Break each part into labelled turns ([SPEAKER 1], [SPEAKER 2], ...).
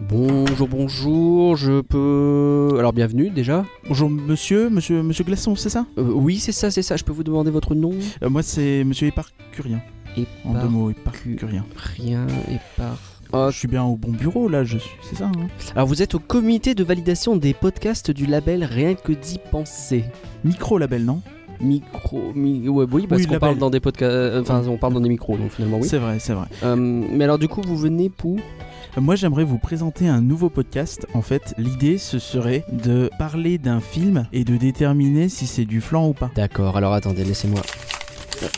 [SPEAKER 1] Bonjour, bonjour, je peux... Alors bienvenue déjà.
[SPEAKER 2] Bonjour monsieur, monsieur, monsieur Glaçon, c'est ça
[SPEAKER 1] Euh, oui, c'est ça, c'est ça, je peux vous demander votre nom
[SPEAKER 2] Euh, Moi c'est monsieur Éparcurien.
[SPEAKER 1] Et
[SPEAKER 2] En deux mots, Éparcurien.
[SPEAKER 1] Rien et par... Bah. Ah,
[SPEAKER 2] Je suis bien au bon bureau là, je suis, c'est ça hein
[SPEAKER 1] Alors vous êtes au comité de validation des podcasts du label Rien que d'y penser.
[SPEAKER 2] Micro label, non
[SPEAKER 1] Micro... mi- ouais, oui, parce
[SPEAKER 2] Oui,
[SPEAKER 1] qu'on
[SPEAKER 2] label.
[SPEAKER 1] parle dans des podcasts... Enfin, on parle dans des micros, donc finalement oui.
[SPEAKER 2] C'est vrai, c'est vrai.
[SPEAKER 1] Euh, mais alors du coup, vous venez pour...
[SPEAKER 2] Euh, Moi j'aimerais vous présenter un nouveau podcast. En fait, l'idée ce serait de parler d'un film et de déterminer si c'est du flan ou pas.
[SPEAKER 1] D'accord, alors attendez, laissez-moi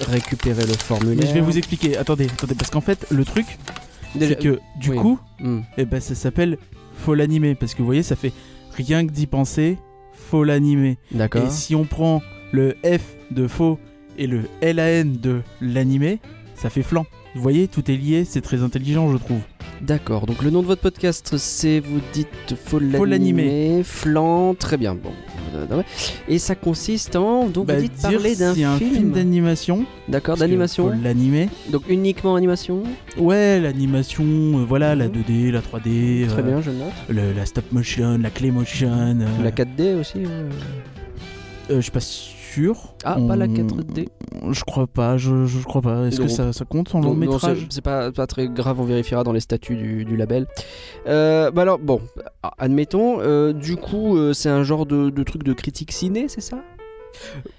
[SPEAKER 1] récupérer le formulaire.
[SPEAKER 2] Mais je vais vous expliquer, attendez, attendez, parce qu'en fait le truc
[SPEAKER 1] Déjà-
[SPEAKER 2] c'est que du
[SPEAKER 1] oui.
[SPEAKER 2] coup,
[SPEAKER 1] Hmm.
[SPEAKER 2] eh ben ça s'appelle Faut l'animer, parce que vous voyez ça fait rien que d'y penser, faut l'animer.
[SPEAKER 1] D'accord.
[SPEAKER 2] Et si on prend le F de faux et le LAN de l'animé, ça fait flan. Vous voyez, tout est lié, c'est très intelligent, je trouve.
[SPEAKER 1] D'accord, donc le nom de votre podcast, c'est, vous dites, Faut l'animer, Flan, très bien, bon. euh, Et ça consiste en, donc
[SPEAKER 2] Bah,
[SPEAKER 1] vous dites,
[SPEAKER 2] dire
[SPEAKER 1] parler d'un
[SPEAKER 2] si un film,
[SPEAKER 1] film,
[SPEAKER 2] d'animation.
[SPEAKER 1] d'accord,
[SPEAKER 2] parce que
[SPEAKER 1] d'animation,
[SPEAKER 2] faut L'animé.
[SPEAKER 1] donc uniquement animation,
[SPEAKER 2] Ouais, l'animation, euh, voilà, la
[SPEAKER 1] Mhm.
[SPEAKER 2] 2D, la 3D,
[SPEAKER 1] très
[SPEAKER 2] euh,
[SPEAKER 1] bien, je note.
[SPEAKER 2] le- la stop motion, la clay motion. euh,
[SPEAKER 1] La 4D aussi euh.
[SPEAKER 2] euh, je suis pas sûr.
[SPEAKER 1] Ah,
[SPEAKER 2] On-
[SPEAKER 1] pas la 4D.
[SPEAKER 2] Je crois pas, je, je crois pas. Est-ce
[SPEAKER 1] Non.
[SPEAKER 2] que ça, ça compte en
[SPEAKER 1] Non,
[SPEAKER 2] long
[SPEAKER 1] non, c'est,
[SPEAKER 2] métrage
[SPEAKER 1] c'est pas, pas très grave, on vérifiera dans les statuts du, du label. Euh, bah alors, bon, ah, admettons, euh, du coup, euh, c'est un genre de, de truc de critique ciné, c'est ça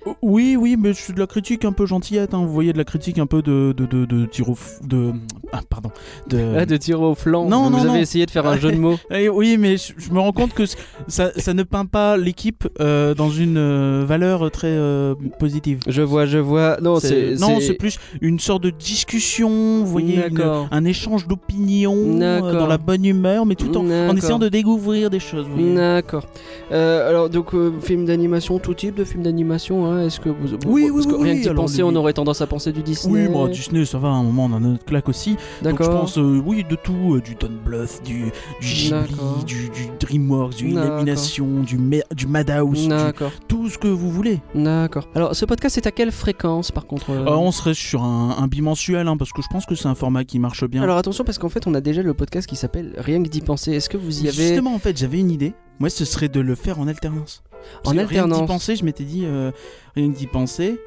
[SPEAKER 2] Euh, Oui, oui, mais c'est de la critique un peu gentillette. hein. Vous voyez de la critique un peu de de de de tir au f- de ah, pardon de.
[SPEAKER 1] Ah, De tir au flanc,
[SPEAKER 2] Non,
[SPEAKER 1] vous
[SPEAKER 2] non,
[SPEAKER 1] avez
[SPEAKER 2] non.
[SPEAKER 1] essayé de faire un jeu de mots.
[SPEAKER 2] Eh oui, mais je, je me rends compte que c- ça, ça ne peint pas l'équipe euh, dans une euh, valeur très euh, positive.
[SPEAKER 1] Je vois, je vois. Non, Oh, c'est.
[SPEAKER 2] non, c'est plus une sorte de discussion. Vous voyez, une-
[SPEAKER 1] D'accord.
[SPEAKER 2] un échange d'opinions euh,
[SPEAKER 1] D'accord.
[SPEAKER 2] dans la bonne humeur, mais tout en, en
[SPEAKER 1] D'accord.
[SPEAKER 2] essayant de découvrir des choses. vous voyez.
[SPEAKER 1] D'accord. Euh, alors, donc, euh, film d'animation, tout type de film d'animation, hein, est-ce que vous.
[SPEAKER 2] Oui,
[SPEAKER 1] parce
[SPEAKER 2] oui,
[SPEAKER 1] que
[SPEAKER 2] oui,
[SPEAKER 1] Rien
[SPEAKER 2] oui,
[SPEAKER 1] que d'y
[SPEAKER 2] alors,
[SPEAKER 1] penser,
[SPEAKER 2] le-
[SPEAKER 1] on aurait tendance à penser du Disney.
[SPEAKER 2] Oui, moi, Disney, ça va, à un moment, on a notre claque aussi. Donc je
[SPEAKER 1] D'accord.
[SPEAKER 2] pense, euh, oui, de tout, euh, du Don Bluth, du, du Ghibli,
[SPEAKER 1] D'accord.
[SPEAKER 2] du, du DreamWorks, du
[SPEAKER 1] D'accord.
[SPEAKER 2] Illumination, du, Mer- du Madhouse, du-
[SPEAKER 1] D'accord.
[SPEAKER 2] tout ce que vous voulez.
[SPEAKER 1] D'accord. Alors, ce podcast est à quelle fréquence, par contre euh
[SPEAKER 2] Ah, on serait sur un, un bimensuel, hein, parce que je pense que c'est un format qui marche bien.
[SPEAKER 1] Alors, attention, parce qu'en fait, on a déjà le podcast qui s'appelle Rien que d'y penser. Est-ce que vous y avez.
[SPEAKER 2] Justement, en fait, j'avais une idée. Moi, ce serait de le faire en alternance. Parce
[SPEAKER 1] En
[SPEAKER 2] que Rien
[SPEAKER 1] alternance.
[SPEAKER 2] que d'y penser, je m'étais dit, euh, rien que d'y penser,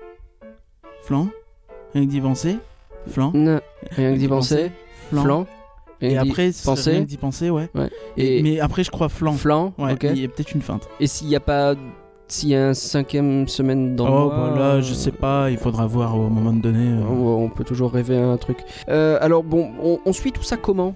[SPEAKER 2] flan, rien que d'y penser, flan,
[SPEAKER 1] Non. Rien que d'y penser.
[SPEAKER 2] flan.
[SPEAKER 1] Flan. Rien
[SPEAKER 2] Et
[SPEAKER 1] que d'y
[SPEAKER 2] après, ce serait
[SPEAKER 1] penser.
[SPEAKER 2] rien que d'y penser, ouais.
[SPEAKER 1] Et.
[SPEAKER 2] Mais après, je crois flan.
[SPEAKER 1] Flan.
[SPEAKER 2] Ouais,
[SPEAKER 1] ok.
[SPEAKER 2] il y a peut-être une feinte.
[SPEAKER 1] Et s'il n'y a pas. S'il y a un cinquième semaine dans le
[SPEAKER 2] Oh,
[SPEAKER 1] mois,
[SPEAKER 2] bah là, je sais pas, il faudra voir au moment donné. euh.
[SPEAKER 1] Ouais, On peut toujours rêver à un truc. Euh, alors bon, on, on suit tout ça comment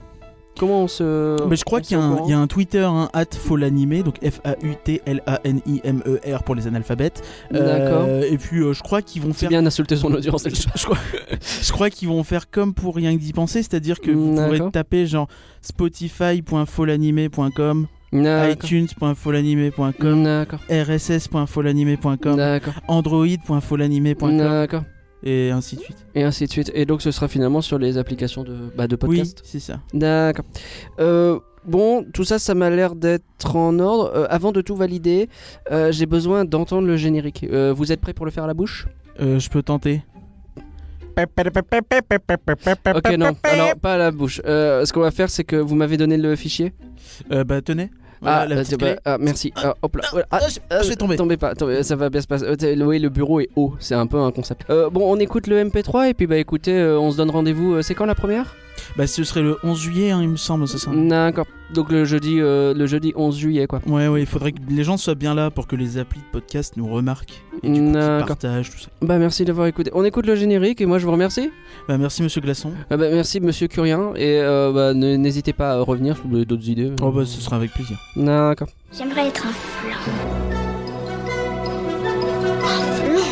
[SPEAKER 1] Comment on se.
[SPEAKER 2] Mais je crois
[SPEAKER 1] on
[SPEAKER 2] qu'il y, a
[SPEAKER 1] se
[SPEAKER 2] un-
[SPEAKER 1] rend
[SPEAKER 2] il y a un Twitter, hein, @folanime, donc F-A-U-T-L-A-N-I-M-E-R E pour les analphabètes.
[SPEAKER 1] D'accord.
[SPEAKER 2] Euh, et puis euh, je crois qu'ils vont
[SPEAKER 1] C'est
[SPEAKER 2] faire.
[SPEAKER 1] bien d'insulter son audience.
[SPEAKER 2] Je, je crois, je crois qu'ils vont faire comme pour rien que d'y penser, c'est-à-dire que vous pourrez
[SPEAKER 1] D'accord.
[SPEAKER 2] taper genre spotify.folanime.com,
[SPEAKER 1] D'accord.
[SPEAKER 2] itunes.folanime.com,
[SPEAKER 1] D'accord.
[SPEAKER 2] rss.folanime.com,
[SPEAKER 1] D'accord.
[SPEAKER 2] android.folanime.com
[SPEAKER 1] D'accord.
[SPEAKER 2] et ainsi de suite.
[SPEAKER 1] Et ainsi de suite. Et donc ce sera finalement sur les applications de, bah, de podcast.
[SPEAKER 2] Oui, c'est ça.
[SPEAKER 1] D'accord. Euh, bon, tout ça, ça m'a l'air d'être en ordre. Euh, avant de tout valider, euh, j'ai besoin d'entendre le générique. Euh, vous êtes prêt pour le faire à la bouche
[SPEAKER 2] Euh, je peux tenter.
[SPEAKER 1] Ok, non. Alors, pas à la bouche. Euh, ce qu'on va faire, c'est que vous m'avez donné le fichier.
[SPEAKER 2] Euh, bah tenez. Voilà,
[SPEAKER 1] ah,
[SPEAKER 2] la
[SPEAKER 1] euh,
[SPEAKER 2] petite
[SPEAKER 1] bah,
[SPEAKER 2] clé.
[SPEAKER 1] ah, merci. Ah, hop là. voilà. Ah,
[SPEAKER 2] Ah, je- je vais tomber.
[SPEAKER 1] Tombez pas, tombez, ça va bien se passer. Euh, t'es- Oui, le bureau est haut, c'est un peu un concept. Euh, bon, on écoute le MP3 et puis bah écoutez, euh, on se donne rendez-vous. euh, c'est quand la première
[SPEAKER 2] Bah ce serait le 11 juillet, hein, il me semble, c'est ça.
[SPEAKER 1] D'accord. Donc le jeudi, euh, le jeudi 11 juillet quoi.
[SPEAKER 2] Ouais, ouais, il faudrait que les gens soient bien là pour que les applis de podcast nous remarquent et du coup qu'ils
[SPEAKER 1] D'accord.
[SPEAKER 2] partagent tout ça.
[SPEAKER 1] Bah merci d'avoir écouté. On écoute le générique et moi je vous remercie.
[SPEAKER 2] Bah merci Monsieur Glaçon.
[SPEAKER 1] Ah, bah, merci Monsieur Curien et euh, bah, ne- n'hésitez pas à revenir si vous avez d'autres idées.
[SPEAKER 2] Oh bah ce sera avec plaisir.
[SPEAKER 1] D'accord.
[SPEAKER 3] J'aimerais être un flan. Un flan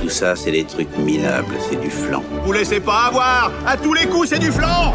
[SPEAKER 4] Tout ça, c'est des trucs minables, c'est du flan.
[SPEAKER 5] Vous laissez pas avoir À tous les coups, c'est du flanc